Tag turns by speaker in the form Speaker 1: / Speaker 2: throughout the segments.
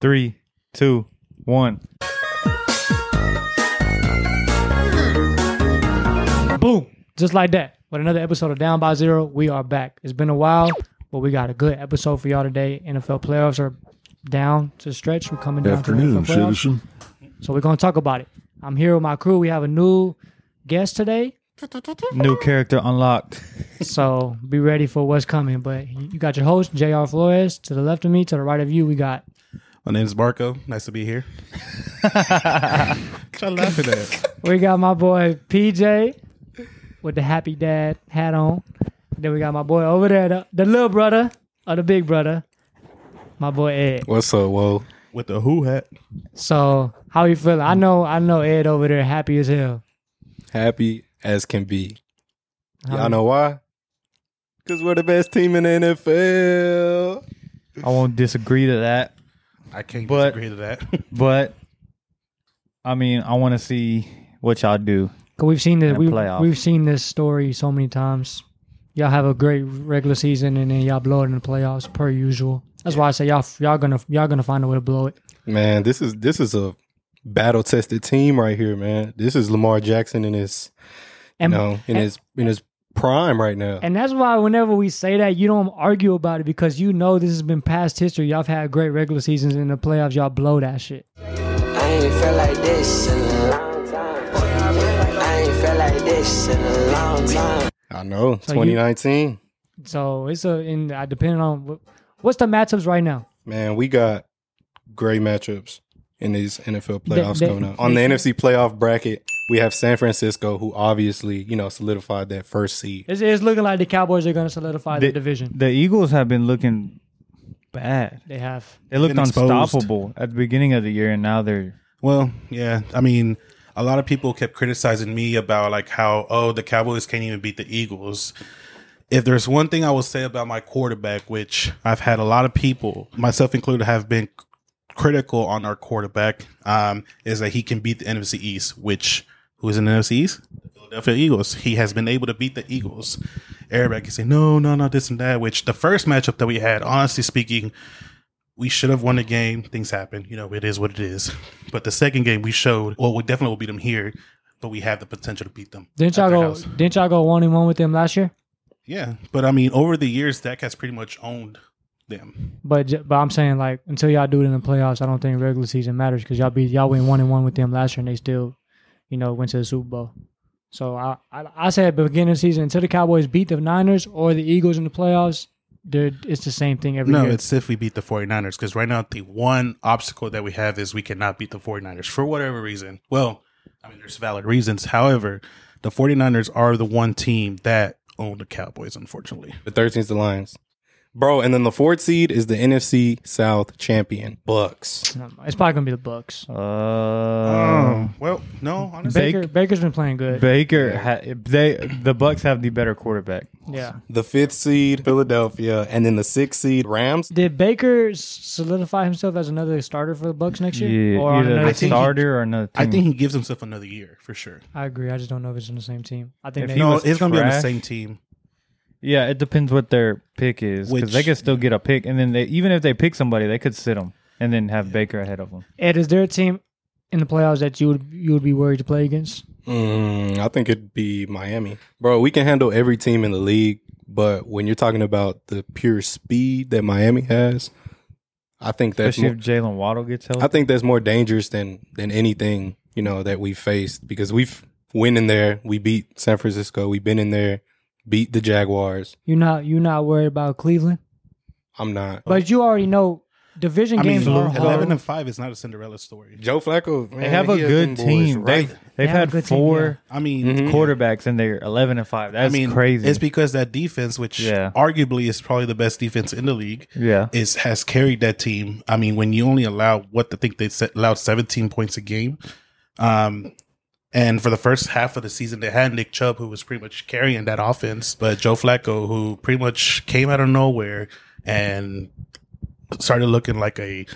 Speaker 1: Three, two, one.
Speaker 2: Boom. Just like that. With another episode of Down by Zero, we are back. It's been a while, but we got a good episode for y'all today. NFL playoffs are down to the stretch. We're coming down
Speaker 3: Afternoon,
Speaker 2: to the NFL playoffs.
Speaker 3: citizen.
Speaker 2: So we're going to talk about it. I'm here with my crew. We have a new guest today.
Speaker 1: New character unlocked.
Speaker 2: So be ready for what's coming. But you got your host, JR Flores. To the left of me, to the right of you, we got
Speaker 4: My name is Marco. Nice to be here. Try laughing at.
Speaker 2: we got my boy PJ with the happy dad hat on. Then we got my boy over there, the, the little brother or the big brother. My boy Ed.
Speaker 4: What's up, whoa? With the who hat.
Speaker 2: So how you feeling? I know, I know Ed over there happy as hell.
Speaker 5: happy as can be.
Speaker 2: How-
Speaker 5: Y'all know why? Because we're the best team in the NFL.
Speaker 1: I won't disagree to that,
Speaker 4: I can't
Speaker 1: But-
Speaker 4: disagree to that.
Speaker 1: but I mean, I want to see what y'all do.
Speaker 2: 'Cause we've seen this,
Speaker 1: And
Speaker 2: we've,
Speaker 1: playoff.
Speaker 2: we've seen this story so many times. Y'all have a great regular season and then y'all blow it in the playoffs per usual. That's why I say y'all y'all gonna y'all gonna find a way to blow it.
Speaker 5: Man, this is this is a battle tested team right here, man. This is Lamar Jackson in his
Speaker 2: And
Speaker 5: you know, in
Speaker 2: and-
Speaker 5: his in his prime right now.
Speaker 2: And that's why whenever we say that, you don't argue about it because you know this has been past history. Y'all have had great regular seasons in the playoffs. Y'all blow that shit.
Speaker 6: I ain't felt like this in a long time. I ain't felt like this in a long time.
Speaker 5: I know.
Speaker 2: So you-
Speaker 5: Twenty nineteen.
Speaker 2: So it's a in uh, depending on what, what's the matchups right now.
Speaker 5: Man, we got great matchups in these NFL
Speaker 2: They-
Speaker 5: playoffs
Speaker 2: they-
Speaker 5: coming up. On the
Speaker 2: they-
Speaker 5: NFC playoff bracket, we have San Francisco, who obviously, you know, solidified that first seed.
Speaker 2: It's, it's looking like the Cowboys are going to solidify the,
Speaker 1: The-
Speaker 2: division.
Speaker 1: The Eagles have been looking bad.
Speaker 2: They have.
Speaker 1: They looked
Speaker 4: Been exposed.
Speaker 1: unstoppable at the beginning of the year, and now they're
Speaker 4: well, yeah. I mean, a lot of people kept criticizing me about like how oh the Cowboys can't even beat the Eagles. If there's one thing I will say about my quarterback, which I've had a lot of people, myself included, have been c- critical on our quarterback, um, is that he can beat the NFC East, which who is in the NFC East? The Philadelphia Eagles. He has been able to beat the Eagles. Everybody can say, no, no, no, this and that, which the first matchup that we had, honestly speaking, we should have won the game. Things happen. You know, it is what it is. But the second game, we showed, well, we definitely will beat them here, but we have the potential to beat them.
Speaker 2: Didn't
Speaker 4: at
Speaker 2: y'all
Speaker 4: their
Speaker 2: go?
Speaker 4: house.
Speaker 2: Didn't y'all go one and one with them last year?
Speaker 4: Yeah. But I mean, over the years, Dak has pretty much owned them.
Speaker 2: But j- but I'm saying like until y'all do it in the playoffs, I don't think regular season matters because y'all be y'all went one and one with them last year and they still, you know, went to the Super Bowl. So I I, I say at the beginning of the season until the Cowboys beat the Niners or the Eagles in the playoffs, they're, it's the same thing every
Speaker 4: No,
Speaker 2: year.
Speaker 4: it's if we beat the 49ers, because right now, the one obstacle that we have is we cannot beat the 49ers for whatever reason. Well, I mean, there's valid reasons. However, the 49ers are the one team that owned the Cowboys, unfortunately.
Speaker 5: The 13th is the Lions. Bro, and then the fourth seed is the NFC South champion, Bucks.
Speaker 2: Um, it's probably gonna be the Bucks.
Speaker 1: uh,
Speaker 4: Um, well, no, honestly.
Speaker 2: Baker Baker's been playing good.
Speaker 1: Baker. Ha- they the Bucks have the better quarterback.
Speaker 2: yeah.
Speaker 5: The fifth seed, Philadelphia, and then the sixth seed, Rams.
Speaker 2: Did Baker s- solidify himself as another starter for the Bucks next year?
Speaker 1: Yeah,
Speaker 2: or on
Speaker 1: either
Speaker 2: another
Speaker 1: a
Speaker 2: team?
Speaker 4: think he-
Speaker 1: starter or another. Team.
Speaker 4: I think he gives himself another year for sure.
Speaker 2: I agree. I just don't know if it's on the same team. I think
Speaker 1: If
Speaker 2: they,
Speaker 1: he
Speaker 4: no,
Speaker 1: was
Speaker 4: it's gonna be on the
Speaker 1: trash.
Speaker 4: same team.
Speaker 1: Yeah, it depends what their pick is because they
Speaker 4: Which-
Speaker 1: could still get a pick, and then they even if they pick somebody, they could sit them and then have Baker ahead of them.
Speaker 2: Ed, is there a team in the playoffs that you would you would be worried to play against?
Speaker 5: Mm, I think it'd be Miami. Bro, we can handle every team in the league, but when you're talking about the pure speed that Miami has, I think that's
Speaker 1: Especially
Speaker 5: more,
Speaker 1: if Jalen Waddle gets healthy.
Speaker 5: I think that's more dangerous than than anything, you know, that we faced because we've went in there, we beat San Francisco, we've been in there, beat the Jaguars.
Speaker 2: You're not you're not worried about Cleveland,
Speaker 5: I'm not.
Speaker 2: but you already know division
Speaker 4: I mean,
Speaker 2: games are
Speaker 4: eleven
Speaker 2: hard.
Speaker 4: and five is not a Cinderella story.
Speaker 5: Joe Flacco, man,
Speaker 1: they have a
Speaker 5: he has
Speaker 1: good
Speaker 5: them boys
Speaker 1: team.
Speaker 5: right.
Speaker 1: They've they've
Speaker 2: have a
Speaker 1: had
Speaker 2: good team,
Speaker 1: four
Speaker 4: I mean,
Speaker 1: Mm-hmm.
Speaker 5: Mhm.
Speaker 1: quarterbacks and they're eleven and five.
Speaker 4: I
Speaker 1: That's
Speaker 4: mean,
Speaker 1: crazy.
Speaker 4: It's because that defense, which
Speaker 1: Yeah.
Speaker 4: arguably is probably the best defense in the league,
Speaker 1: yeah,
Speaker 4: is has carried that team. I mean, when you only allow what I think they set, allowed seventeen points a game, um, and for the first half of the season, they had Nick Chubb, who was pretty much carrying that offense, but Joe Flacco, who pretty much came out of nowhere and started looking like a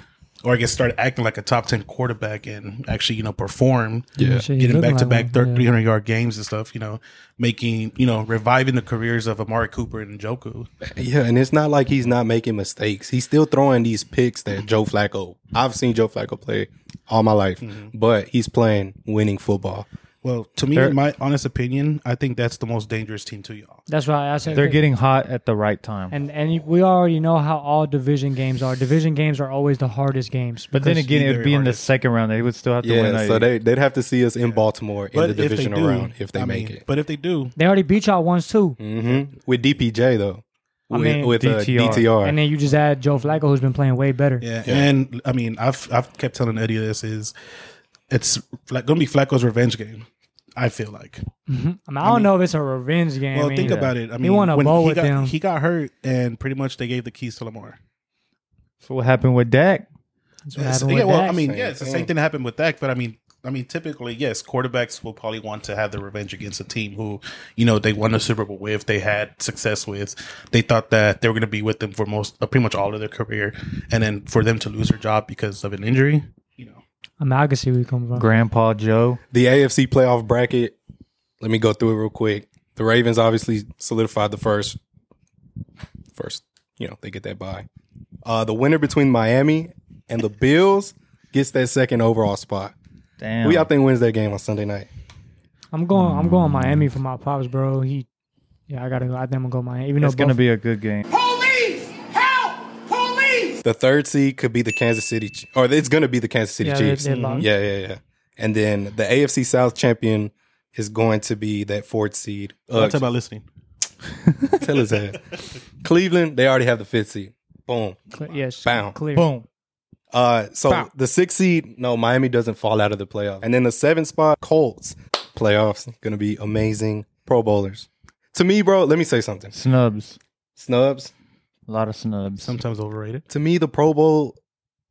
Speaker 4: or I guess started acting like a top ten quarterback and actually you know perform.
Speaker 5: Yeah.
Speaker 2: Shit, he
Speaker 4: Getting
Speaker 2: looking
Speaker 4: back to
Speaker 2: like
Speaker 4: back
Speaker 2: one, yeah.
Speaker 4: three hundred yard games and stuff, you know, making you know reviving the careers of Amari Cooper and Joku.
Speaker 5: Yeah, and it's not like he's not making mistakes. He's still throwing these picks that Joe Flacco. I've seen Joe Flacco play all my life, but he's playing winning football.
Speaker 4: Well, to me,
Speaker 1: They're-
Speaker 4: in my honest opinion, I think that's the most dangerous team to y'all.
Speaker 2: That's why I said
Speaker 1: They're getting hot at the right time.
Speaker 2: And and you- we already know how all division games are. Division games are always the hardest games.
Speaker 1: But then
Speaker 4: because
Speaker 1: again, it
Speaker 4: either
Speaker 1: would be in the
Speaker 4: artist-
Speaker 1: second round. They would still have to win.
Speaker 5: Yeah,
Speaker 1: a-
Speaker 5: so they they'd have to see us in Baltimore in the divisional round if they
Speaker 4: I
Speaker 5: make
Speaker 4: mean,
Speaker 5: it.
Speaker 4: But if they do,
Speaker 2: they already beat y'all once too.
Speaker 5: hmm With DPJ though,
Speaker 2: I
Speaker 5: with,
Speaker 2: mean,
Speaker 5: with DTR.
Speaker 1: DTR.
Speaker 5: Uh, DTR.
Speaker 2: And then you just add Joe Flacco, who's been playing way better.
Speaker 4: Yeah, and I mean, I've I've kept telling Eddie this is it's like gonna be Flacco's revenge game. I feel like.
Speaker 2: Mm-hmm. I, mean, I don't know if it's a revenge game.
Speaker 4: Well,
Speaker 2: I mean,
Speaker 4: think about it. I mean,
Speaker 2: won a
Speaker 4: when
Speaker 2: bowl
Speaker 4: he
Speaker 2: with
Speaker 4: got,
Speaker 2: them.
Speaker 4: He got hurt, and pretty much they gave the keys to Lamar.
Speaker 1: So what happened with Dak?
Speaker 2: That's what
Speaker 4: Yeah,
Speaker 2: happened with
Speaker 4: well, I
Speaker 2: Dak.
Speaker 4: mean,
Speaker 5: Same
Speaker 4: yeah, it's the
Speaker 5: thing.
Speaker 4: same thing that happened with Dak, but I mean. I mean, typically, yes, quarterbacks will probably want to have the revenge against a team who, you know, they won the Super Bowl with, they had success with, they thought that they were going to be with them for most, uh, pretty much all of their career, and then for them to lose their job because of an injury, you know,
Speaker 2: I mean, I can see where you come from.
Speaker 1: Grandpa Joe.
Speaker 5: The AFC playoff bracket. Let me go through it real quick. The Ravens obviously solidified the first. First, you know, they get that bye. Uh, the winner between Miami and the Bills gets that second overall spot.
Speaker 1: Damn.
Speaker 5: Who y'all think wins that game on Sunday night?
Speaker 2: I'm going. I'm going Miami for my pops, bro. He, yeah, I gotta go. I think I'm gonna go Miami. Even though
Speaker 1: it's going to
Speaker 2: both-
Speaker 1: be a good game.
Speaker 3: Police! Help! Police!
Speaker 5: The third seed could be the Kansas City, Ch- or it's going to be the Kansas City
Speaker 2: yeah, they-
Speaker 5: Chiefs.
Speaker 2: they lost.
Speaker 5: Yeah, yeah, yeah. And then the AFC South champion is going to be that fourth seed. Uh,
Speaker 4: that's about listening.
Speaker 5: tell his ass. Cleveland, they already have the fifth seed. Boom.
Speaker 2: Cle- yes,
Speaker 5: Bow.
Speaker 2: clear.
Speaker 1: Boom.
Speaker 5: Uh, so the sixth seed, no, Miami doesn't fall out of the playoff. And then the seventh spot, Colts. Playoffs going to be amazing. Pro Bowlers. To me, bro, let me say something.
Speaker 1: Snubs.
Speaker 5: Snubs.
Speaker 1: A lot of snubs.
Speaker 4: Sometimes overrated.
Speaker 5: To me, the Pro Bowl,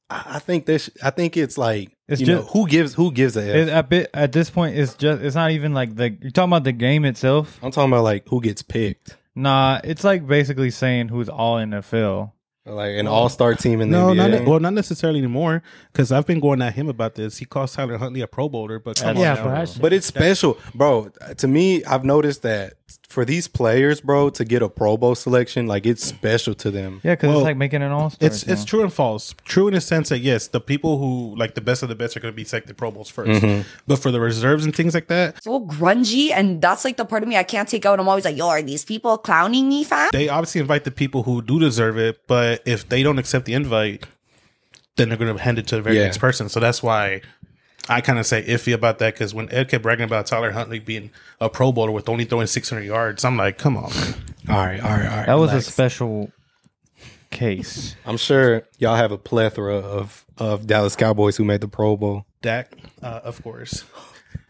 Speaker 5: I, I think this. I think it's like
Speaker 1: It's
Speaker 5: you know
Speaker 1: just-
Speaker 5: who gives who gives a F.
Speaker 1: It, a bit, at this point, it's just it's not even like the you're talking about the game itself.
Speaker 5: I'm talking about like who gets picked,
Speaker 1: Nah, it's like basically saying who's all NFL.
Speaker 5: like an All Star team in the
Speaker 4: No,
Speaker 5: NBA.
Speaker 4: not ne- well, not necessarily anymore. Because I've been going at him about this. He calls Tyler Huntley a Pro Bowler, but come
Speaker 2: Yeah,
Speaker 4: on now.
Speaker 2: bro. That's,
Speaker 5: But it's special, bro. To me, I've noticed that for these players, bro, to get a Pro Bowl selection, like it's special to them.
Speaker 1: Yeah, because
Speaker 4: Well,
Speaker 1: it's like making an all star.
Speaker 4: It's it's true and false. True in a sense that yes, the people who like the best of the best are going to be selected Pro Bowls 1st but for the reserves and things like that,
Speaker 3: So grungy, and that's like the part of me I can't take out. I'm always like, yo, are these people clowning me, fam?
Speaker 4: they obviously invite the people who do deserve it. But if they don't accept the invite, then they're going to hand it to the very
Speaker 5: Yeah.
Speaker 4: next person. So that's why I kind of say iffy about that. Because when Ed kept bragging about Tyler Huntley being a Pro Bowler with only throwing 600 yards, I'm like, come on. man.
Speaker 5: All right, all right, all right.
Speaker 1: That was a
Speaker 5: relax.
Speaker 1: special case.
Speaker 5: I'm sure y'all have a plethora of of Dallas Cowboys who made the Pro Bowl.
Speaker 4: Dak, uh, of course.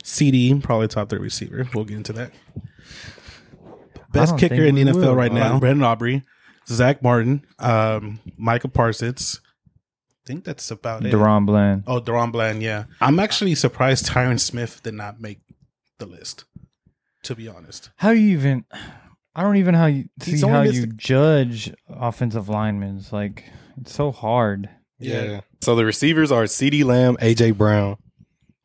Speaker 4: CD, probably top three receiver. We'll get into that. Best
Speaker 1: don't
Speaker 4: kicker
Speaker 1: think
Speaker 4: in the
Speaker 1: we
Speaker 4: NFL
Speaker 1: will.
Speaker 4: right
Speaker 1: Uh,
Speaker 4: now: Brandon Aubrey, Zach Martin, um, Michael Parsons. I think that's about it.
Speaker 1: Deron Bland.
Speaker 4: Oh, Deron Bland. Yeah, I'm actually surprised Tyron Smith did not make the list. To be honest,
Speaker 1: How you even? I don't even how you
Speaker 4: He's
Speaker 1: see
Speaker 4: only
Speaker 1: how
Speaker 4: missed-
Speaker 1: you judge offensive linemen. It's like it's so hard.
Speaker 4: Yeah.
Speaker 5: So the receivers are C.D. Lamb, A.J. Brown,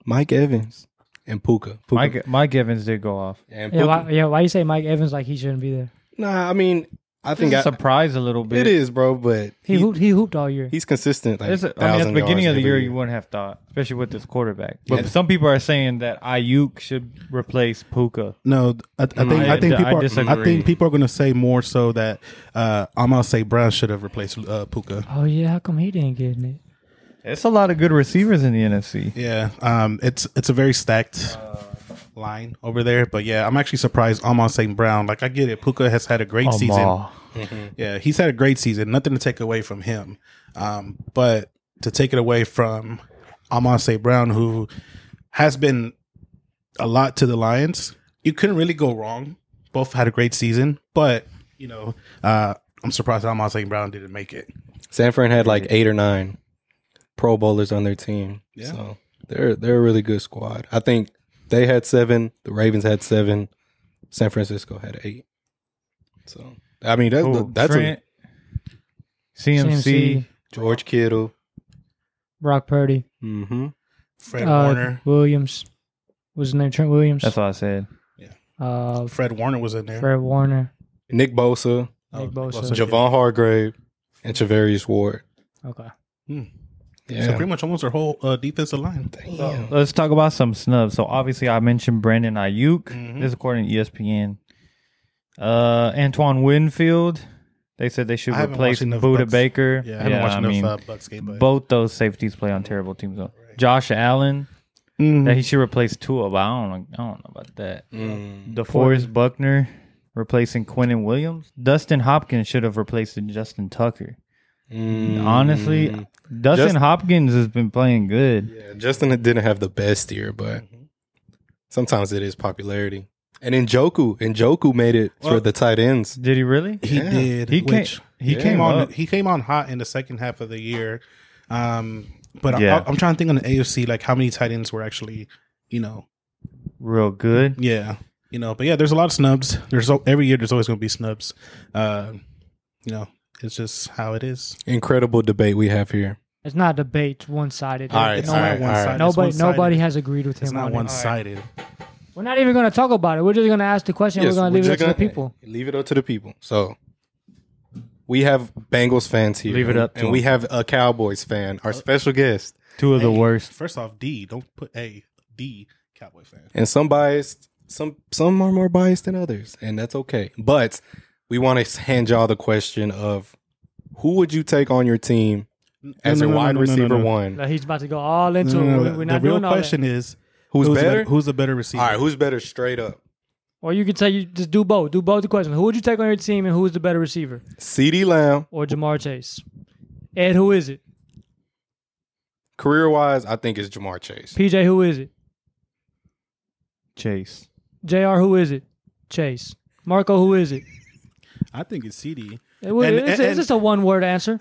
Speaker 5: Mike Evans, and Puka. Puka.
Speaker 1: Mike Mike Evans did go off.
Speaker 5: and
Speaker 2: yeah,
Speaker 5: Puka.
Speaker 2: why, yeah. Why you say Mike Evans like he shouldn't be there?
Speaker 5: nah, I mean, I think I,
Speaker 1: surprised a little bit.
Speaker 5: it is, bro. But
Speaker 2: He,
Speaker 5: he,
Speaker 2: hooped. He hooped all year.
Speaker 5: he's consistent. Like,
Speaker 1: It's a, I mean, at the
Speaker 5: 1,000
Speaker 1: beginning
Speaker 5: yards
Speaker 1: of the year,
Speaker 5: every
Speaker 1: you wouldn't have thought, especially with this quarterback. But
Speaker 5: Yeah.
Speaker 1: some people are saying that Ayuk should replace Puka.
Speaker 4: no, I, I think
Speaker 1: I-
Speaker 4: I, think
Speaker 1: Mm, I
Speaker 4: people are, I
Speaker 1: disagree.
Speaker 4: think people are going to say more so that uh, I'm going to say Brown should have replaced uh, Puka.
Speaker 2: oh yeah. How come he didn't get it?
Speaker 1: It's a lot of good receivers in the NFC.
Speaker 4: Yeah, um, it's it's a very stacked line over there. But yeah, I'm actually surprised Amon St. Brown. Like I get it, Puka has had a great
Speaker 1: Amon.
Speaker 4: season. Uh, Yeah, he's had a great season. Nothing to take away from him, um, but to take it away from Amon St. Brown, who has been a lot to the Lions, you couldn't really go wrong. Both had a great season, but you know, uh, I'm surprised Amon St. Brown didn't make it.
Speaker 5: San Fran had like eight or nine Pro Bowlers on their team.
Speaker 4: Yeah.
Speaker 5: So they're they're a really good squad. I think they had seven. The Ravens had seven. San Francisco had eight. So I mean that,
Speaker 1: Ooh,
Speaker 5: that's a,
Speaker 1: Trent, CMC,
Speaker 5: George Kittle,
Speaker 2: Brock Purdy,
Speaker 5: Mm-hmm.
Speaker 4: Fred
Speaker 2: uh,
Speaker 4: Warner.
Speaker 2: Williams. What's his name? Trent Williams.
Speaker 1: That's all I said.
Speaker 2: uh,
Speaker 4: Fred Warner was in there.
Speaker 2: Fred Warner.
Speaker 5: Nick Bosa,
Speaker 2: Nick Bosa.
Speaker 4: Bosa.
Speaker 5: Javon Hargrave, and Travarius Ward.
Speaker 2: Okay.
Speaker 4: Hmm. So
Speaker 5: Yeah.
Speaker 4: pretty much almost their whole uh, defensive line.
Speaker 5: Damn.
Speaker 1: Let's talk about some snubs. So obviously, I mentioned Brandon Ayuk.
Speaker 4: Mhm.
Speaker 1: This is according to E ESPN. Uh, Antoine Winfield. They said they should
Speaker 4: I haven't
Speaker 1: replace
Speaker 4: watched enough
Speaker 1: Buda
Speaker 4: Bucks.
Speaker 1: Baker.
Speaker 4: Yeah, I haven't watched enough uh, Bucks game, but
Speaker 1: both those safeties play on terrible teams. Though. Josh Allen.
Speaker 2: mm,
Speaker 1: That he should replace Tua, but I don't. I don't know about that.
Speaker 5: Mm.
Speaker 1: DeForest Buckner replacing Quentin Williams. Dustin Hopkins should have replaced Justin Tucker.
Speaker 5: Mm.
Speaker 1: Honestly, Dustin
Speaker 5: Just-
Speaker 1: Hopkins has been playing good.
Speaker 5: Yeah, Justin didn't have the best year, but sometimes it is popularity. And Njoku, Njoku made it for
Speaker 4: Well-
Speaker 5: the tight ends.
Speaker 1: Did he really?
Speaker 4: he
Speaker 5: Yeah.
Speaker 4: did.
Speaker 1: He came.
Speaker 4: which-
Speaker 1: He
Speaker 5: Yeah.
Speaker 1: came
Speaker 4: came on.
Speaker 1: up.
Speaker 4: He came on hot in the second half of the year. Um, but
Speaker 1: Yeah.
Speaker 4: I, I'm trying to think on the AFC, like how many tight ends were actually, you know,
Speaker 1: real good.
Speaker 4: yeah, you know. But yeah, there's a lot of snubs. There's al- every year. There's always going to be snubs. Uh, you know, it's just how it is.
Speaker 5: Incredible debate we have here.
Speaker 2: It's not a debate. It's one sided.
Speaker 5: All right,
Speaker 4: It's
Speaker 5: all
Speaker 4: not
Speaker 5: right, all right.
Speaker 4: one-sided. It's
Speaker 2: Nobody,
Speaker 4: one-sided.
Speaker 2: nobody has agreed with
Speaker 4: It's
Speaker 2: him.
Speaker 4: not
Speaker 2: on
Speaker 4: one
Speaker 2: it.
Speaker 4: sided.
Speaker 2: We're not even going to talk about it. We're just going to ask the question.
Speaker 5: Yes,
Speaker 2: we're going to leave
Speaker 5: we're
Speaker 2: it
Speaker 5: just
Speaker 2: up to the
Speaker 5: gonna-
Speaker 2: people.
Speaker 5: Leave it up to the people. So we have Bengals fans here.
Speaker 1: Leave it up to
Speaker 5: And we
Speaker 1: 'em.
Speaker 5: have a Cowboys fan, our special guest.
Speaker 1: Two of the worst.
Speaker 4: First off, D. Don't put A. D. Cowboy fan.
Speaker 5: and some biased some some are more biased than others and that's okay but we want to hand y'all the question of who would you take on your team as
Speaker 4: No,
Speaker 5: your
Speaker 4: no, no,
Speaker 5: wide
Speaker 4: no, no, no,
Speaker 5: receiver
Speaker 4: no.
Speaker 5: one
Speaker 2: Like, he's about to go all into
Speaker 4: No, no, no,
Speaker 2: it. We're
Speaker 4: the
Speaker 2: not
Speaker 4: real
Speaker 2: doing all that.
Speaker 4: question is
Speaker 5: who's,
Speaker 4: the
Speaker 5: better
Speaker 4: who's the better receiver?
Speaker 5: all right who's better straight up
Speaker 2: Or you could say you just do both. Do both the questions. Who would you take on your team, and who is the better receiver,
Speaker 5: cd lamb
Speaker 2: or Jamar Chase? Ed, who is it?
Speaker 5: career wise i think it's jamar chase
Speaker 2: PJ, who is it?
Speaker 1: Chase.
Speaker 2: Jr. Who is it? Chase. Marco, who is it?
Speaker 4: I think it's CD.
Speaker 2: It would-
Speaker 4: And-
Speaker 2: it's,
Speaker 4: and-
Speaker 2: it's just a one word answer.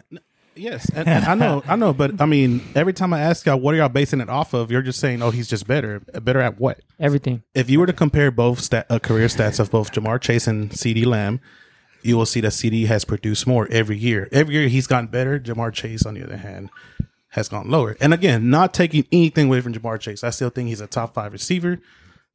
Speaker 4: Yes, and, and I know, I know, but I mean, every time I ask y'all, what are y'all basing it off of? You're just saying, oh, he's just better. Better at what?
Speaker 2: Everything.
Speaker 4: If you were to compare both stat, uh, career stats of both Jamar Chase and CD Lamb, you will see that CD has produced more every year. Every year he's gotten better. Jamar Chase, on the other hand, has gone lower. And again, not taking anything away from Jamar Chase, I still think he's a top five receiver.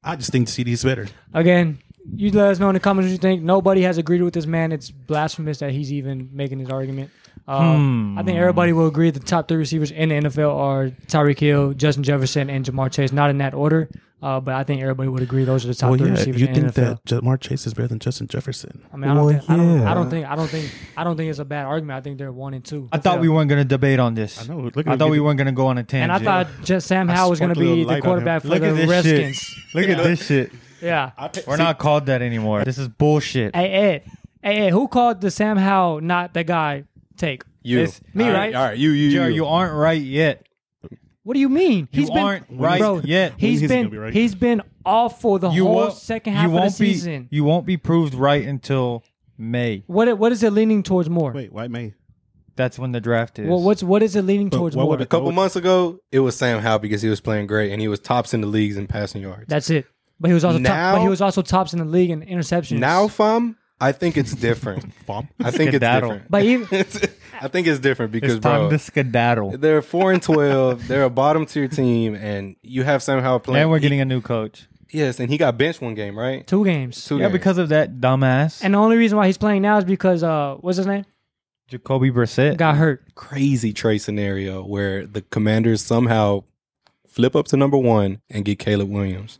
Speaker 4: I just think CD is better.
Speaker 2: Again, you let us know in the comments what you think. Nobody has agreed with this man. It's blasphemous that he's even making his argument. Um, I think everybody will agree the top three receivers in the NFL are Tyreek Hill, Justin Jefferson, and Jamar Chase. Not in that order, uh, but I think everybody would agree those are the top
Speaker 4: Well,
Speaker 2: three
Speaker 4: yeah,
Speaker 2: receivers
Speaker 4: you
Speaker 2: in the
Speaker 4: think
Speaker 2: NFL.
Speaker 4: that Jamar Chase is better than Justin Jefferson?
Speaker 2: I mean, I don't,
Speaker 1: Well,
Speaker 2: think, I, don't,
Speaker 1: yeah.
Speaker 2: I don't think I don't think I don't think it's a bad argument. I think they're one and two.
Speaker 1: I thought we weren't going to debate on this.
Speaker 4: I know, look at
Speaker 1: I
Speaker 4: him
Speaker 1: thought we
Speaker 4: getting-
Speaker 1: weren't going to go on a tangent.
Speaker 2: and I thought just Sam
Speaker 4: I
Speaker 2: Howell was going to
Speaker 4: sparkled a
Speaker 2: be
Speaker 4: light on
Speaker 2: the
Speaker 4: him.
Speaker 2: quarterback for
Speaker 1: Look
Speaker 2: the
Speaker 1: at this
Speaker 2: Redskins.
Speaker 1: shit. Look at this shit.
Speaker 2: Yeah.
Speaker 1: We're not called that anymore. This is bullshit.
Speaker 2: Hey Ed, hey Ed, who called the Sam Howell not the guy take?
Speaker 5: you
Speaker 1: It's-
Speaker 2: me,
Speaker 5: All
Speaker 2: right?
Speaker 5: all right you you, you.
Speaker 1: JR, you aren't right yet.
Speaker 2: What do you mean?
Speaker 1: You aren't right yet.
Speaker 2: He's
Speaker 4: He's
Speaker 2: been
Speaker 4: gonna be right.
Speaker 2: he's been awful the
Speaker 1: You
Speaker 2: whole
Speaker 1: won't.
Speaker 2: second half
Speaker 1: You
Speaker 2: of the
Speaker 1: won't be.
Speaker 2: season.
Speaker 1: You won't be proved right until May.
Speaker 2: what it- what is it leaning towards more?
Speaker 4: Wait, White May.
Speaker 1: That's when the draft is.
Speaker 2: Well, what's what is it leaning
Speaker 4: But
Speaker 2: towards
Speaker 4: what
Speaker 2: more?
Speaker 4: would
Speaker 5: a couple months ago it was sam howe because he was playing great and he was tops in the leagues in passing yards
Speaker 2: That's it. But he was also top, but
Speaker 5: Now-
Speaker 2: he was also tops in the league in interceptions.
Speaker 5: now fam i think it's different i think it's
Speaker 1: Skedaddle.
Speaker 5: different
Speaker 2: but even
Speaker 5: i think it's different because
Speaker 1: it's time
Speaker 5: bro
Speaker 1: to skedaddle.
Speaker 5: They're four and twelve. They're a bottom tier team, and you have Sam Howell playing. E-
Speaker 1: And we're getting a new coach.
Speaker 5: yes, and he got benched one game, right?
Speaker 2: two games.
Speaker 5: Two
Speaker 1: Yeah,
Speaker 5: games.
Speaker 1: because of that dumbass
Speaker 2: And the only reason why he's playing now is because uh, what's his name
Speaker 1: Jacoby Brissett.
Speaker 2: got hurt.
Speaker 5: crazy Trey scenario where the Commanders somehow flip up to number one and get Caleb Williams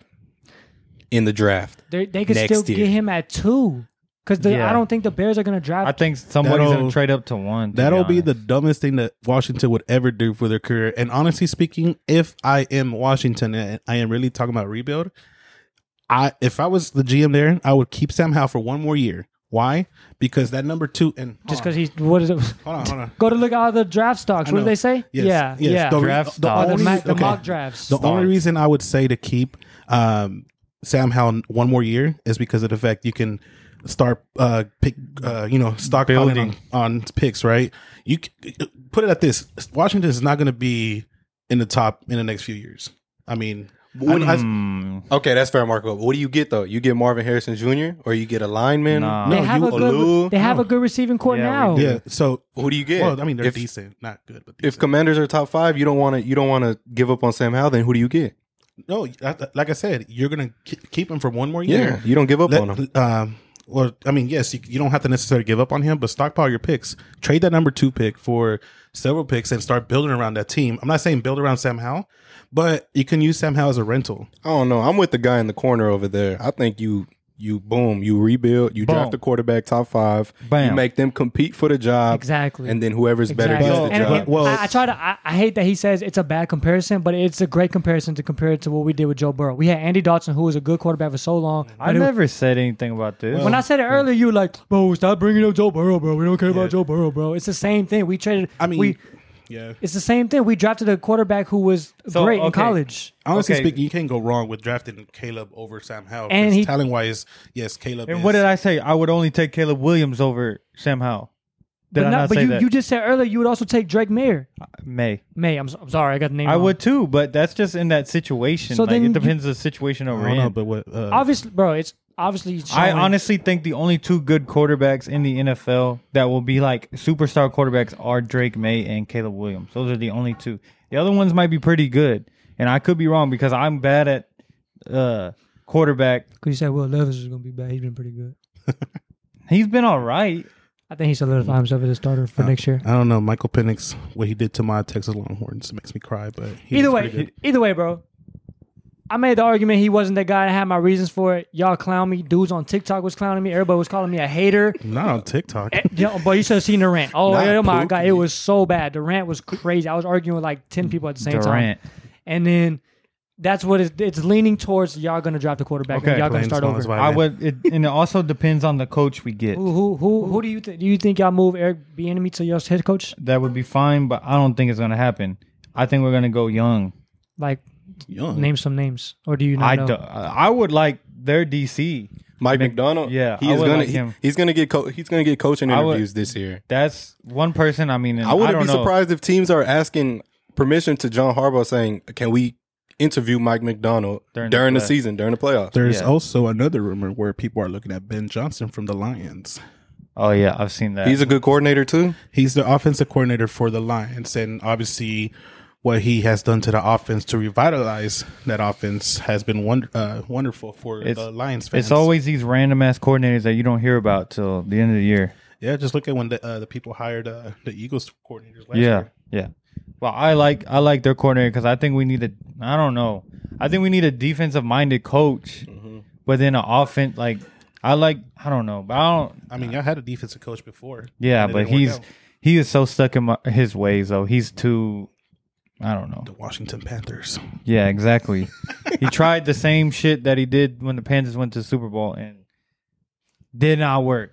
Speaker 5: in the draft.
Speaker 2: They they could
Speaker 5: Next
Speaker 2: still
Speaker 5: year.
Speaker 2: get him at two because
Speaker 1: Yeah.
Speaker 2: I don't think the Bears are going to draft.
Speaker 1: I think somebody's
Speaker 4: That'll-
Speaker 1: gonna trade up to one. to be
Speaker 4: That'll be
Speaker 1: honest.
Speaker 4: the dumbest thing that Washington would ever do for their career. And honestly speaking, if I am Washington and I am really talking about rebuild, I if I was the GM there, I would keep Sam Howe for one more year. Why? Because that number two and
Speaker 2: just because
Speaker 4: hold
Speaker 2: he's what is it?
Speaker 4: on, hold on, hold on.
Speaker 2: Go to look at all the draft stocks.
Speaker 4: I
Speaker 2: What do
Speaker 4: know.
Speaker 2: they say?
Speaker 4: Yes,
Speaker 2: yeah,
Speaker 4: yes.
Speaker 2: yeah.
Speaker 4: The, re-
Speaker 1: Draft
Speaker 4: the
Speaker 1: stock.
Speaker 2: Or the,
Speaker 4: only,
Speaker 2: ma- the
Speaker 4: okay.
Speaker 2: mock drafts.
Speaker 4: The only reason I would say to keep um, Sam Howell one more year is because of the fact you can start uh, pick, uh, you know, stockpiling
Speaker 1: Building.
Speaker 4: on, on picks. Right? You c- put it at this: Washington is not going to be in the top in the next few years. I mean,
Speaker 5: But when I-
Speaker 1: Mm,
Speaker 5: okay, that's fair, Marco. But what do you get though? You get Marvin Harrison Jr. or you get a lineman?
Speaker 1: Nah.
Speaker 5: No,
Speaker 2: they have
Speaker 5: you
Speaker 2: a good.
Speaker 5: allude.
Speaker 2: They have a good receiving core
Speaker 1: Yeah, we
Speaker 2: now.
Speaker 1: do.
Speaker 4: Yeah. So
Speaker 5: Who do you get?
Speaker 4: Well, I mean, they're
Speaker 5: if,
Speaker 4: decent, not good, but
Speaker 5: If
Speaker 4: decent.
Speaker 5: Commanders are top five, you don't want to. You don't want to give up on Sam Howell. Then who do you get?
Speaker 4: no, I- like I said, you're gonna k- keep him for one more
Speaker 5: Yeah,
Speaker 4: year.
Speaker 5: you don't give up on him.
Speaker 4: Let- Um, well, I mean, yes, you, you don't have to necessarily give up on him, but stockpile your picks. Trade that number two pick for several picks and start building around that team. I'm not saying build around Sam Howell, but you can use Sam Howell as a rental.
Speaker 5: I don't know. I'm with the guy in the corner over there. I think you you boom, you rebuild, you draft
Speaker 1: Boom.
Speaker 5: a quarterback top five,
Speaker 1: Bam.
Speaker 5: you make them compete for the job,
Speaker 2: Exactly.
Speaker 5: and then whoever's better
Speaker 2: Exactly.
Speaker 5: gets the
Speaker 2: And
Speaker 5: job.
Speaker 2: again, I, I try to. I, I hate that he says it's a bad comparison, but it's a great comparison to compare it to what we did with Joe Burrow. We had Andy Dalton, who was a good quarterback for so long.
Speaker 1: I
Speaker 2: but it-
Speaker 1: never said anything about this.
Speaker 2: When I said it earlier, you were like, "Bro, stop bringing up Joe Burrow, bro. We don't care about Joe Burrow, bro." It's the same thing. We traded.
Speaker 4: I mean,
Speaker 2: we.
Speaker 4: yeah.
Speaker 2: It's the same thing. We drafted a quarterback who was
Speaker 1: So,
Speaker 2: great in
Speaker 1: okay.
Speaker 2: college.
Speaker 4: Honestly
Speaker 1: Okay.
Speaker 4: speaking, you can't go wrong with drafting Caleb over Sam Howell.
Speaker 2: And
Speaker 4: And
Speaker 2: he-
Speaker 4: talent wise, yes, Caleb.
Speaker 1: and
Speaker 4: is-
Speaker 1: what did I say? I would only take Caleb Williams over Sam Howell. Did
Speaker 2: but
Speaker 1: I
Speaker 2: not-
Speaker 1: not
Speaker 2: but
Speaker 1: say
Speaker 2: you,
Speaker 1: that?
Speaker 2: you just said earlier you would also take Drake Mayer.
Speaker 1: May.
Speaker 2: May, I'm, so- I'm sorry, I got the name.
Speaker 1: I
Speaker 2: wrong.
Speaker 1: would too, but that's just in that situation.
Speaker 2: So
Speaker 1: like,
Speaker 2: then
Speaker 1: it
Speaker 2: you-
Speaker 1: depends on the situation
Speaker 4: I
Speaker 1: over
Speaker 4: don't
Speaker 1: in.
Speaker 4: know, but what? Uh,
Speaker 2: obviously, bro. It's obviously.
Speaker 1: I
Speaker 2: showing-
Speaker 1: honestly think the only two good quarterbacks in the NFL that will be like superstar quarterbacks are Drake May and Caleb Williams. Those are the only two. The other ones might be pretty good, and I could be wrong because I'm bad at uh quarterback.
Speaker 2: Because you said Will Levis is going to be bad. He's been pretty good.
Speaker 1: He's been all right.
Speaker 2: I think he
Speaker 1: Mm.
Speaker 2: solidified himself as a starter
Speaker 1: Uh,
Speaker 2: for next year.
Speaker 4: I don't know. Michael Penix, what he did to my Texas Longhorns makes me cry, but he
Speaker 2: either
Speaker 4: was
Speaker 2: way,
Speaker 4: pretty good.
Speaker 2: either way, bro. I made the argument he wasn't that guy. I had my reasons for it. Y'all clown me. Dudes on TikTok was clowning me. Everybody was calling me a hater.
Speaker 4: not on TikTok.
Speaker 2: Yeah, but you should have seen the rant. Oh
Speaker 5: Nah,
Speaker 2: yeah, my
Speaker 5: Pook.
Speaker 2: god, it was so bad. The rant was crazy. I was arguing with like ten people at the same time,
Speaker 1: Durant.
Speaker 2: and then that's what it's, it's leaning towards. Y'all gonna drop the quarterback.
Speaker 1: Okay.
Speaker 2: and y'all gonna
Speaker 4: Playing
Speaker 2: start
Speaker 4: small
Speaker 2: over.
Speaker 4: is why
Speaker 1: I
Speaker 4: man.
Speaker 1: would, it, and it also depends on the coach we get.
Speaker 2: Who, who who who do you think? Do you think y'all move Eric Bieniemy to your head coach?
Speaker 1: That would be fine, but I don't think it's gonna happen. I think we're gonna go young.
Speaker 2: Like
Speaker 4: Young.
Speaker 2: name some names, or do you not
Speaker 1: I
Speaker 2: know?
Speaker 1: do, I would like their DC.
Speaker 5: Mike McDonald,
Speaker 1: yeah,
Speaker 5: he
Speaker 1: I
Speaker 5: is
Speaker 1: would
Speaker 5: gonna
Speaker 1: like
Speaker 5: he-
Speaker 1: him.
Speaker 5: he's gonna get co- he's gonna get coaching
Speaker 1: I would-
Speaker 5: interviews this year.
Speaker 1: That's one person. I mean, and
Speaker 5: I wouldn't
Speaker 1: don't
Speaker 5: be
Speaker 1: know.
Speaker 5: surprised if teams are asking permission to John Harbaugh saying, "Can we interview Mike McDonald
Speaker 1: During
Speaker 5: during,
Speaker 1: the
Speaker 5: the,
Speaker 1: play.
Speaker 5: season, during the playoffs?"
Speaker 4: There's
Speaker 1: Yeah.
Speaker 4: also another rumor where people are looking at Ben Johnson from the Lions.
Speaker 1: Oh yeah, I've seen that.
Speaker 5: He's a good coordinator too.
Speaker 4: He's the offensive coordinator for the Lions, and obviously, what he has done to the offense to revitalize that offense has been wonder, uh, wonderful for
Speaker 1: It's-
Speaker 4: the Lions fans.
Speaker 1: It's always these random ass coordinators that you don't hear about till the end of the year.
Speaker 4: yeah. Just look at when the uh, the people hired uh, the Eagles coordinators last
Speaker 1: yeah,
Speaker 4: year.
Speaker 1: yeah. Well, I like I like their coordinator because I think we need a I don't know I think we need a defensive minded coach, but then an offense like I like I don't know, but I don't.
Speaker 4: I mean, y'all had a defensive coach before.
Speaker 1: Yeah,
Speaker 4: and it
Speaker 1: but
Speaker 4: didn't work
Speaker 1: he's
Speaker 4: out.
Speaker 1: he is so stuck in my, his ways though. He's too. I don't know.
Speaker 4: the Washington Panthers.
Speaker 1: Yeah, exactly. he tried the same shit that he did when the Panthers went to the Super Bowl and did not work.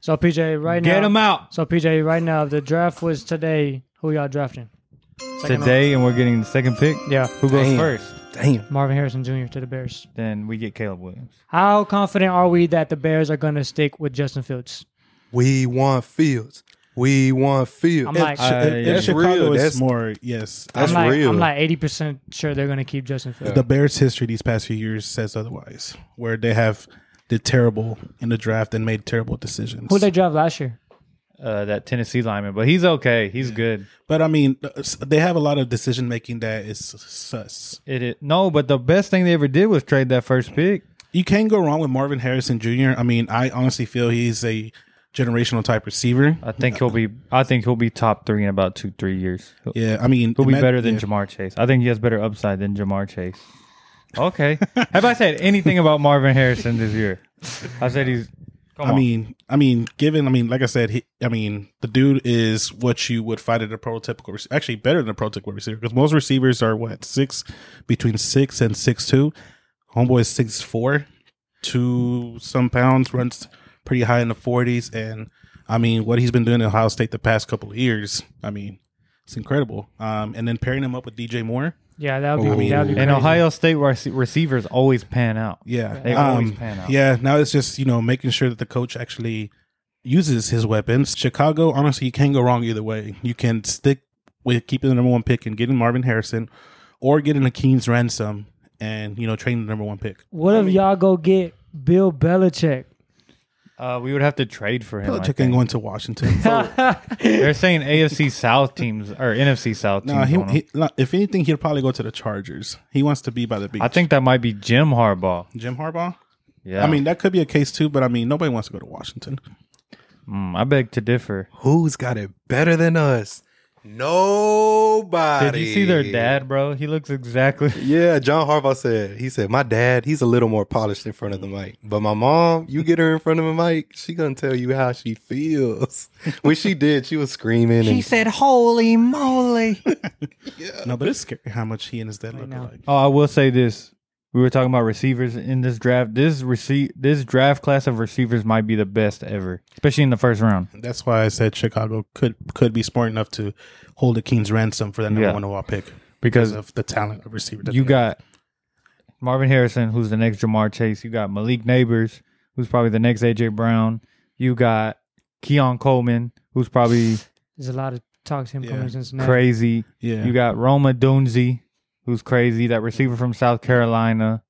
Speaker 2: So PJ, right now,
Speaker 1: Get him out
Speaker 2: So PJ, right now, if the draft was today, who y'all drafting? Second
Speaker 1: today, and we're getting the second pick.
Speaker 2: round? Yeah,
Speaker 1: Who goes
Speaker 5: Damn.
Speaker 1: first?
Speaker 5: Damn,
Speaker 2: Marvin Harrison Jr. to the Bears.
Speaker 1: Then we get Caleb Williams.
Speaker 2: How confident are we that the Bears are going to stick with Justin Fields?
Speaker 5: we want Fields. We want Fields.
Speaker 2: I'm like,
Speaker 1: I- Uh,
Speaker 4: If- if
Speaker 1: yeah.
Speaker 5: That's
Speaker 4: Chicago
Speaker 5: real.
Speaker 4: is
Speaker 5: That's-
Speaker 4: more. Yes,
Speaker 5: That's
Speaker 2: I'm like,
Speaker 5: real.
Speaker 2: I'm like 80% sure they're going to keep Justin Fields.
Speaker 4: The Bears' history these past few years says otherwise, where they have did terrible in the draft and made terrible decisions.
Speaker 2: Who they draft last year?
Speaker 1: uh, that Tennessee lineman, but he's okay. He's good.
Speaker 4: but I mean, uh, they have a lot of decision making that is sus.
Speaker 1: It is, no, but the best thing they ever did was trade that first pick.
Speaker 4: You can't go wrong with Marvin Harrison Jr. I mean, I honestly feel he's a generational type receiver.
Speaker 1: I think he'll be. I think he'll be top three in about two, three years. He'll,
Speaker 4: Yeah, I mean,
Speaker 1: he'll be
Speaker 4: ima-
Speaker 1: better than
Speaker 4: yeah.
Speaker 1: Jamar Chase. I think he has better upside than Jamar Chase. Okay, have I said anything about Marvin Harrison this year? I said he's. Come
Speaker 4: I
Speaker 1: on.
Speaker 4: mean, I mean, given, I mean, like I said, he, I mean, the dude is what you would find at a prototypical, rec- actually better than a prototypical receiver because most receivers are what six, between six and six two. Homeboy is six four, two some pounds, runs pretty high in the forties, and I mean, what he's been doing at Ohio State the past couple of years, I mean, it's incredible. Um, and then pairing him up with DJ Moore,
Speaker 2: Yeah, that would be,
Speaker 5: I mean,
Speaker 2: that would be
Speaker 1: and
Speaker 2: crazy.
Speaker 1: Ohio State rec- receivers always pan out.
Speaker 4: yeah, um,
Speaker 1: They always pan out.
Speaker 4: yeah. Now it's just you know making sure that the coach actually uses his weapons. Chicago, honestly, you can't go wrong either way. You can stick with keeping the number one pick and getting Marvin Harrison, or getting a Keen's ransom and you know trading the number one pick.
Speaker 2: What if y'all go get Bill Belichick?
Speaker 1: Uh, we would have to trade for him. I
Speaker 4: Belichick ain't
Speaker 1: think.
Speaker 4: going to Washington.
Speaker 1: They're saying AFC South teams or NFC South
Speaker 4: no,
Speaker 1: teams.
Speaker 4: he,
Speaker 1: want him.
Speaker 4: he no, if anything, he'll probably go to the Chargers. He wants to be by the beach.
Speaker 1: I think that might be Jim Harbaugh.
Speaker 4: Jim Harbaugh.
Speaker 1: Yeah,
Speaker 4: I mean, that could be a case too, but I mean, nobody wants to go to Washington.
Speaker 1: Mm, I beg to differ.
Speaker 5: Who's got it better than us? Nobody.
Speaker 1: Did you see their dad, bro? He looks exactly.
Speaker 5: Yeah, John Harbaugh said. He said, "My dad, he's a little more polished in front of the mic, but my mom, you get her in front of a mic, she gonna tell you how she feels." When she did, she was screaming. and-
Speaker 1: said, "Holy moly!"
Speaker 4: No, but it's scary how much he and his dad look
Speaker 2: know.
Speaker 4: alike.
Speaker 1: Oh, I will say this. We were talking about receivers in this draft. This receive this draft class of receivers might be the best ever, especially in the first round.
Speaker 4: That's why I said Chicago could could be smart enough to hold the Keen's ransom for that number
Speaker 1: Yeah.
Speaker 4: one overall pick because
Speaker 1: Because
Speaker 4: of the talent of receiver. that
Speaker 1: you
Speaker 4: they have.
Speaker 1: got Marvin Harrison, who's the next Jamar Chase. You got Malik Neighbors, who's probably the next AJ Brown. You got Keon Coleman, who's probably
Speaker 2: There's a lot of talks him
Speaker 4: Yeah.
Speaker 2: coming since now.
Speaker 1: crazy.
Speaker 4: yeah.
Speaker 1: You got Roma Dunzi, who's crazy. That receiver from South Carolina.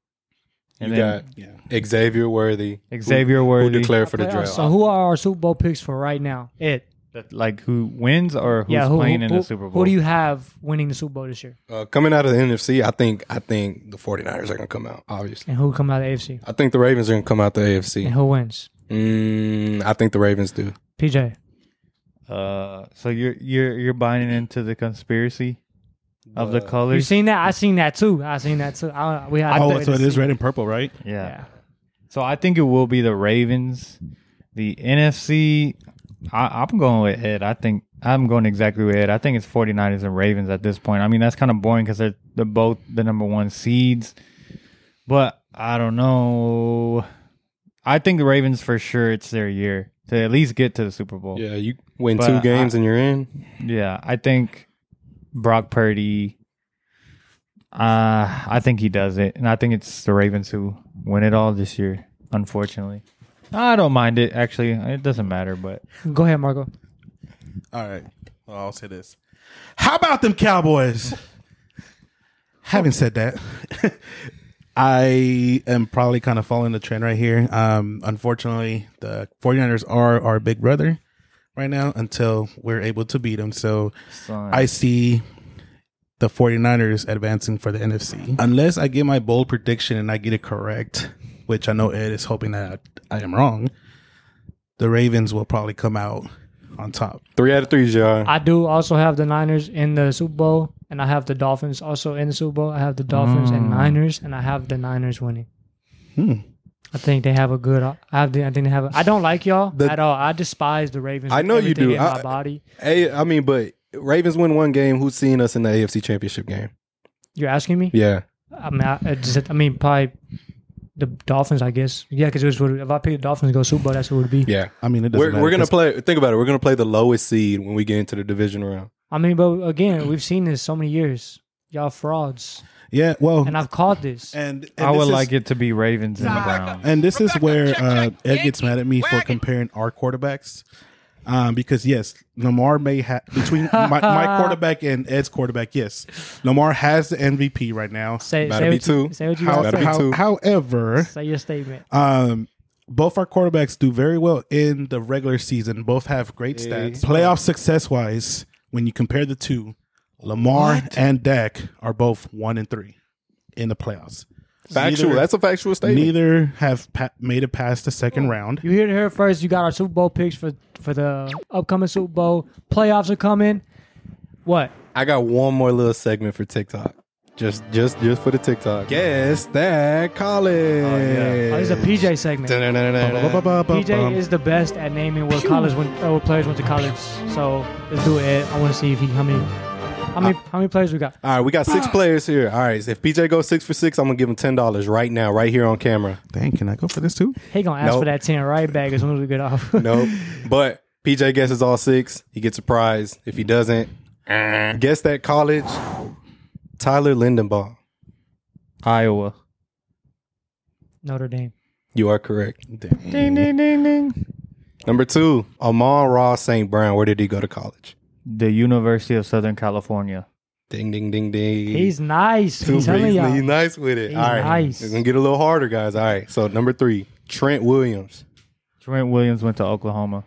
Speaker 5: you
Speaker 1: And then
Speaker 4: yeah.
Speaker 5: got Xavier Worthy, who-
Speaker 1: Xavier
Speaker 5: who,
Speaker 1: Worthy,
Speaker 5: declared for the
Speaker 2: Playoffs.
Speaker 5: draft.
Speaker 2: So who are our Super Bowl picks for right now? It.
Speaker 1: like who wins or who's
Speaker 2: yeah, who,
Speaker 1: playing
Speaker 2: who,
Speaker 1: in
Speaker 2: who-
Speaker 1: the Super Bowl.
Speaker 2: Who do you have winning the Super Bowl this year?
Speaker 5: Uh, coming out of the NFC, I think I think the 49ers are gonna come out. Obviously,
Speaker 2: And who come out of the AFC?
Speaker 5: I think the Ravens are gonna come out the
Speaker 2: And
Speaker 5: AFC.
Speaker 2: who wins?
Speaker 5: Mm, I think the Ravens do.
Speaker 2: PJ.
Speaker 1: Uh, so you're you're you're buying into the conspiracy of
Speaker 5: Uh,
Speaker 1: the
Speaker 2: You
Speaker 1: colors.
Speaker 2: seen that? I seen that too. I seen that too. I, we had
Speaker 4: Oh, so it is red and purple, right?
Speaker 1: yeah.
Speaker 2: Yeah.
Speaker 1: So I think it will be the Ravens, the NFC. I, I'm going with Ed. I think I'm going exactly with Ed. I think it's 49ers and Ravens at this point. I mean that's kind of boring because they're they're both the number one seeds, but I don't know. I think the Ravens for sure it's their year to at least get to the Super Bowl.
Speaker 5: Yeah, you win
Speaker 1: Oh. But
Speaker 5: two
Speaker 1: I-
Speaker 5: games and you're in.
Speaker 1: Yeah, I think Brock Purdy. Uh, I think he does it, and I think it's the Ravens who win it all this year. Unfortunately, I don't mind it. Actually, it doesn't matter. But
Speaker 2: Go ahead, Marco.
Speaker 4: All right. Well, I'll say this. How about them Cowboys? Having said that, I am probably kind of following the trend right here. Um, unfortunately, the 49ers are our big brother right now until we're able to beat them. So
Speaker 1: son,
Speaker 4: I see the 49ers advancing for the NFC. Unless I get my bold prediction and I get it correct, which I know Ed is hoping that I am wrong, the Ravens will probably come out on top.
Speaker 5: Three out of threes, y'all.
Speaker 2: I do also have the Niners in the Super Bowl, and I have the Dolphins also in the Super Bowl. I have the Dolphins
Speaker 5: Mm.
Speaker 2: and Niners, and I have the Niners winning.
Speaker 5: Hmm.
Speaker 2: I think they have a good. I have. The, I think they have. A, I don't like y'all
Speaker 5: The-
Speaker 2: at all. I despise the Ravens.
Speaker 5: I
Speaker 2: with
Speaker 5: know you
Speaker 2: everything
Speaker 5: do.
Speaker 2: In
Speaker 5: I-
Speaker 2: my body.
Speaker 5: Hey, I mean, but Ravens win one game. Who's seen us in the AFC Championship game?
Speaker 2: You're asking me.
Speaker 5: Yeah,
Speaker 2: I mean, I, I just. I mean, probably the Dolphins. I guess. Yeah, because it was. what- If I pick the Dolphins to go Super Bowl, that's what it would be.
Speaker 5: yeah.
Speaker 4: I mean, it doesn't
Speaker 5: We're,
Speaker 4: matter
Speaker 5: we're gonna
Speaker 4: 'cause
Speaker 5: play. Think about it. We're gonna play the lowest seed when we get into the division round.
Speaker 2: I mean, but again, we've seen this so many years. Y'all frauds,
Speaker 4: Yeah, well,
Speaker 2: and I've caught this.
Speaker 4: and, and
Speaker 1: I would
Speaker 4: this is-
Speaker 1: like it to be Ravens and the Browns.
Speaker 4: And this is where uh, Ed gets mad at me for comparing our quarterbacks, um, because yes, Lamar may have between my, my quarterback and Ed's quarterback. Yes, Lamar has the MVP right now.
Speaker 2: Say,
Speaker 5: Better
Speaker 2: say
Speaker 5: be
Speaker 2: what you,
Speaker 5: two.
Speaker 2: say what you
Speaker 4: How-
Speaker 2: got.
Speaker 5: Better be
Speaker 2: to
Speaker 4: how-
Speaker 5: two.
Speaker 4: however,
Speaker 2: say. Say your statement.
Speaker 4: um, both our quarterbacks do very well in the regular season. Both have great stats. Playoff success wise, when you compare the two, Lamar and Dak are both one and three in the playoffs.
Speaker 5: Factual.
Speaker 4: Neither-
Speaker 5: that's a factual statement.
Speaker 4: Neither have pa- made it past the second round.
Speaker 2: You hear it here first. You got our Super Bowl picks for for the upcoming Super Bowl. Playoffs are coming. What?
Speaker 5: I got one more little segment for TikTok. Just, just, just for the TikTok. Guess that college.
Speaker 2: Oh, this is a PJ segment. PJ is the best at naming what college went, uh, what players went to college. So let's do it. I want to see if he how many how many how many players we got.
Speaker 5: All right, we got six players here. All right, if PJ goes six for six, I'm gonna give him ten dollars right now, right here on camera.
Speaker 4: Dang, can I go for this too?
Speaker 2: He gonna ask
Speaker 5: Nope.
Speaker 2: for that ten right back as soon as we get off.
Speaker 5: Nope. but PJ guesses all six. He gets a prize. If he doesn't, guess that college. Tyler Lindenbaugh.
Speaker 1: Iowa.
Speaker 2: Notre Dame.
Speaker 5: You are correct.
Speaker 1: Ding ding ding ding.
Speaker 5: Number two, Amon Ross St. Brown. Where did he go to college?
Speaker 1: The University of Southern California.
Speaker 5: Ding ding ding ding.
Speaker 2: He's nice.
Speaker 5: Two
Speaker 2: I'm telling
Speaker 5: reasons.
Speaker 2: y'all.
Speaker 5: He's nice with it.
Speaker 2: He's
Speaker 5: All right.
Speaker 2: nice.
Speaker 5: It's gonna get a little harder, guys. All right. So number three, Trent Williams.
Speaker 1: Trent Williams went to Oklahoma.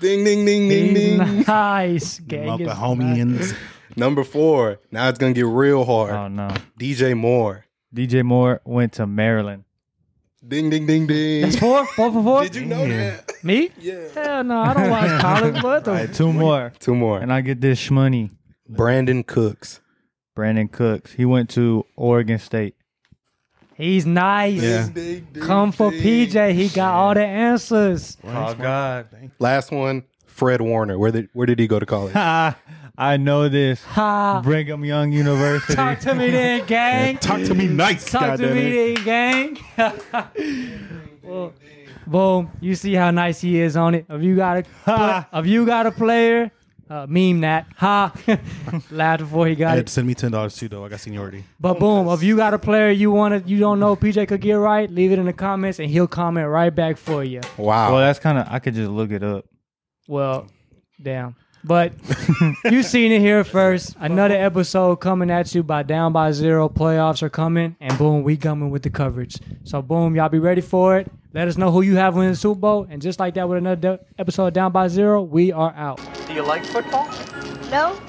Speaker 5: Ding ding ding ding
Speaker 2: He's
Speaker 5: ding.
Speaker 2: nice. Gang is nice.
Speaker 4: Oklahomians.
Speaker 5: Number four. Now it's gonna get real hard.
Speaker 2: Uh,
Speaker 1: Oh no.
Speaker 5: DJ Moore.
Speaker 1: DJ Moore went to Maryland.
Speaker 5: Ding ding ding ding.
Speaker 2: That's four? Four for four?
Speaker 5: Did you know that?
Speaker 2: Me?
Speaker 5: Yeah.
Speaker 2: Hell no, I don't watch college. What the?
Speaker 1: All right, two more.
Speaker 5: Two more.
Speaker 1: And I get this shmoney.
Speaker 5: Brandon Cooks.
Speaker 1: Brandon Cooks. He went to Oregon State.
Speaker 2: He's nice.
Speaker 4: Yeah.
Speaker 2: Come for PJ. He got all the answers.
Speaker 1: Oh God.
Speaker 5: Last one, Fred Warner. Where did where did he go to college?
Speaker 1: I know this.
Speaker 2: Ha.
Speaker 1: Brigham Young University.
Speaker 2: Talk to me then, gang.
Speaker 4: Talk to me nice,
Speaker 2: Talk to
Speaker 4: goddamn it.
Speaker 2: me then, gang. Well, Boom. You see how nice he is on it. If you got a, if you got a player, uh, meme that. Ha. Laughed before he got it.
Speaker 4: Ed, send me ten dollars too, though. I got seniority.
Speaker 2: But boom, if you got a player you want to, you don't know PJ could get right, leave it in the comments and he'll comment right back for you.
Speaker 5: Wow.
Speaker 1: Well, that's kind of. I could just look it up.
Speaker 2: Well, damn. But you seen it here first. Another episode coming at you by Down by Zero. Playoffs are coming, and boom, we coming with the coverage. So boom, y'all be ready for it. Let us know who you have winning the Super Bowl, and just like that, with another episode of Down by Zero, we are out.
Speaker 7: No?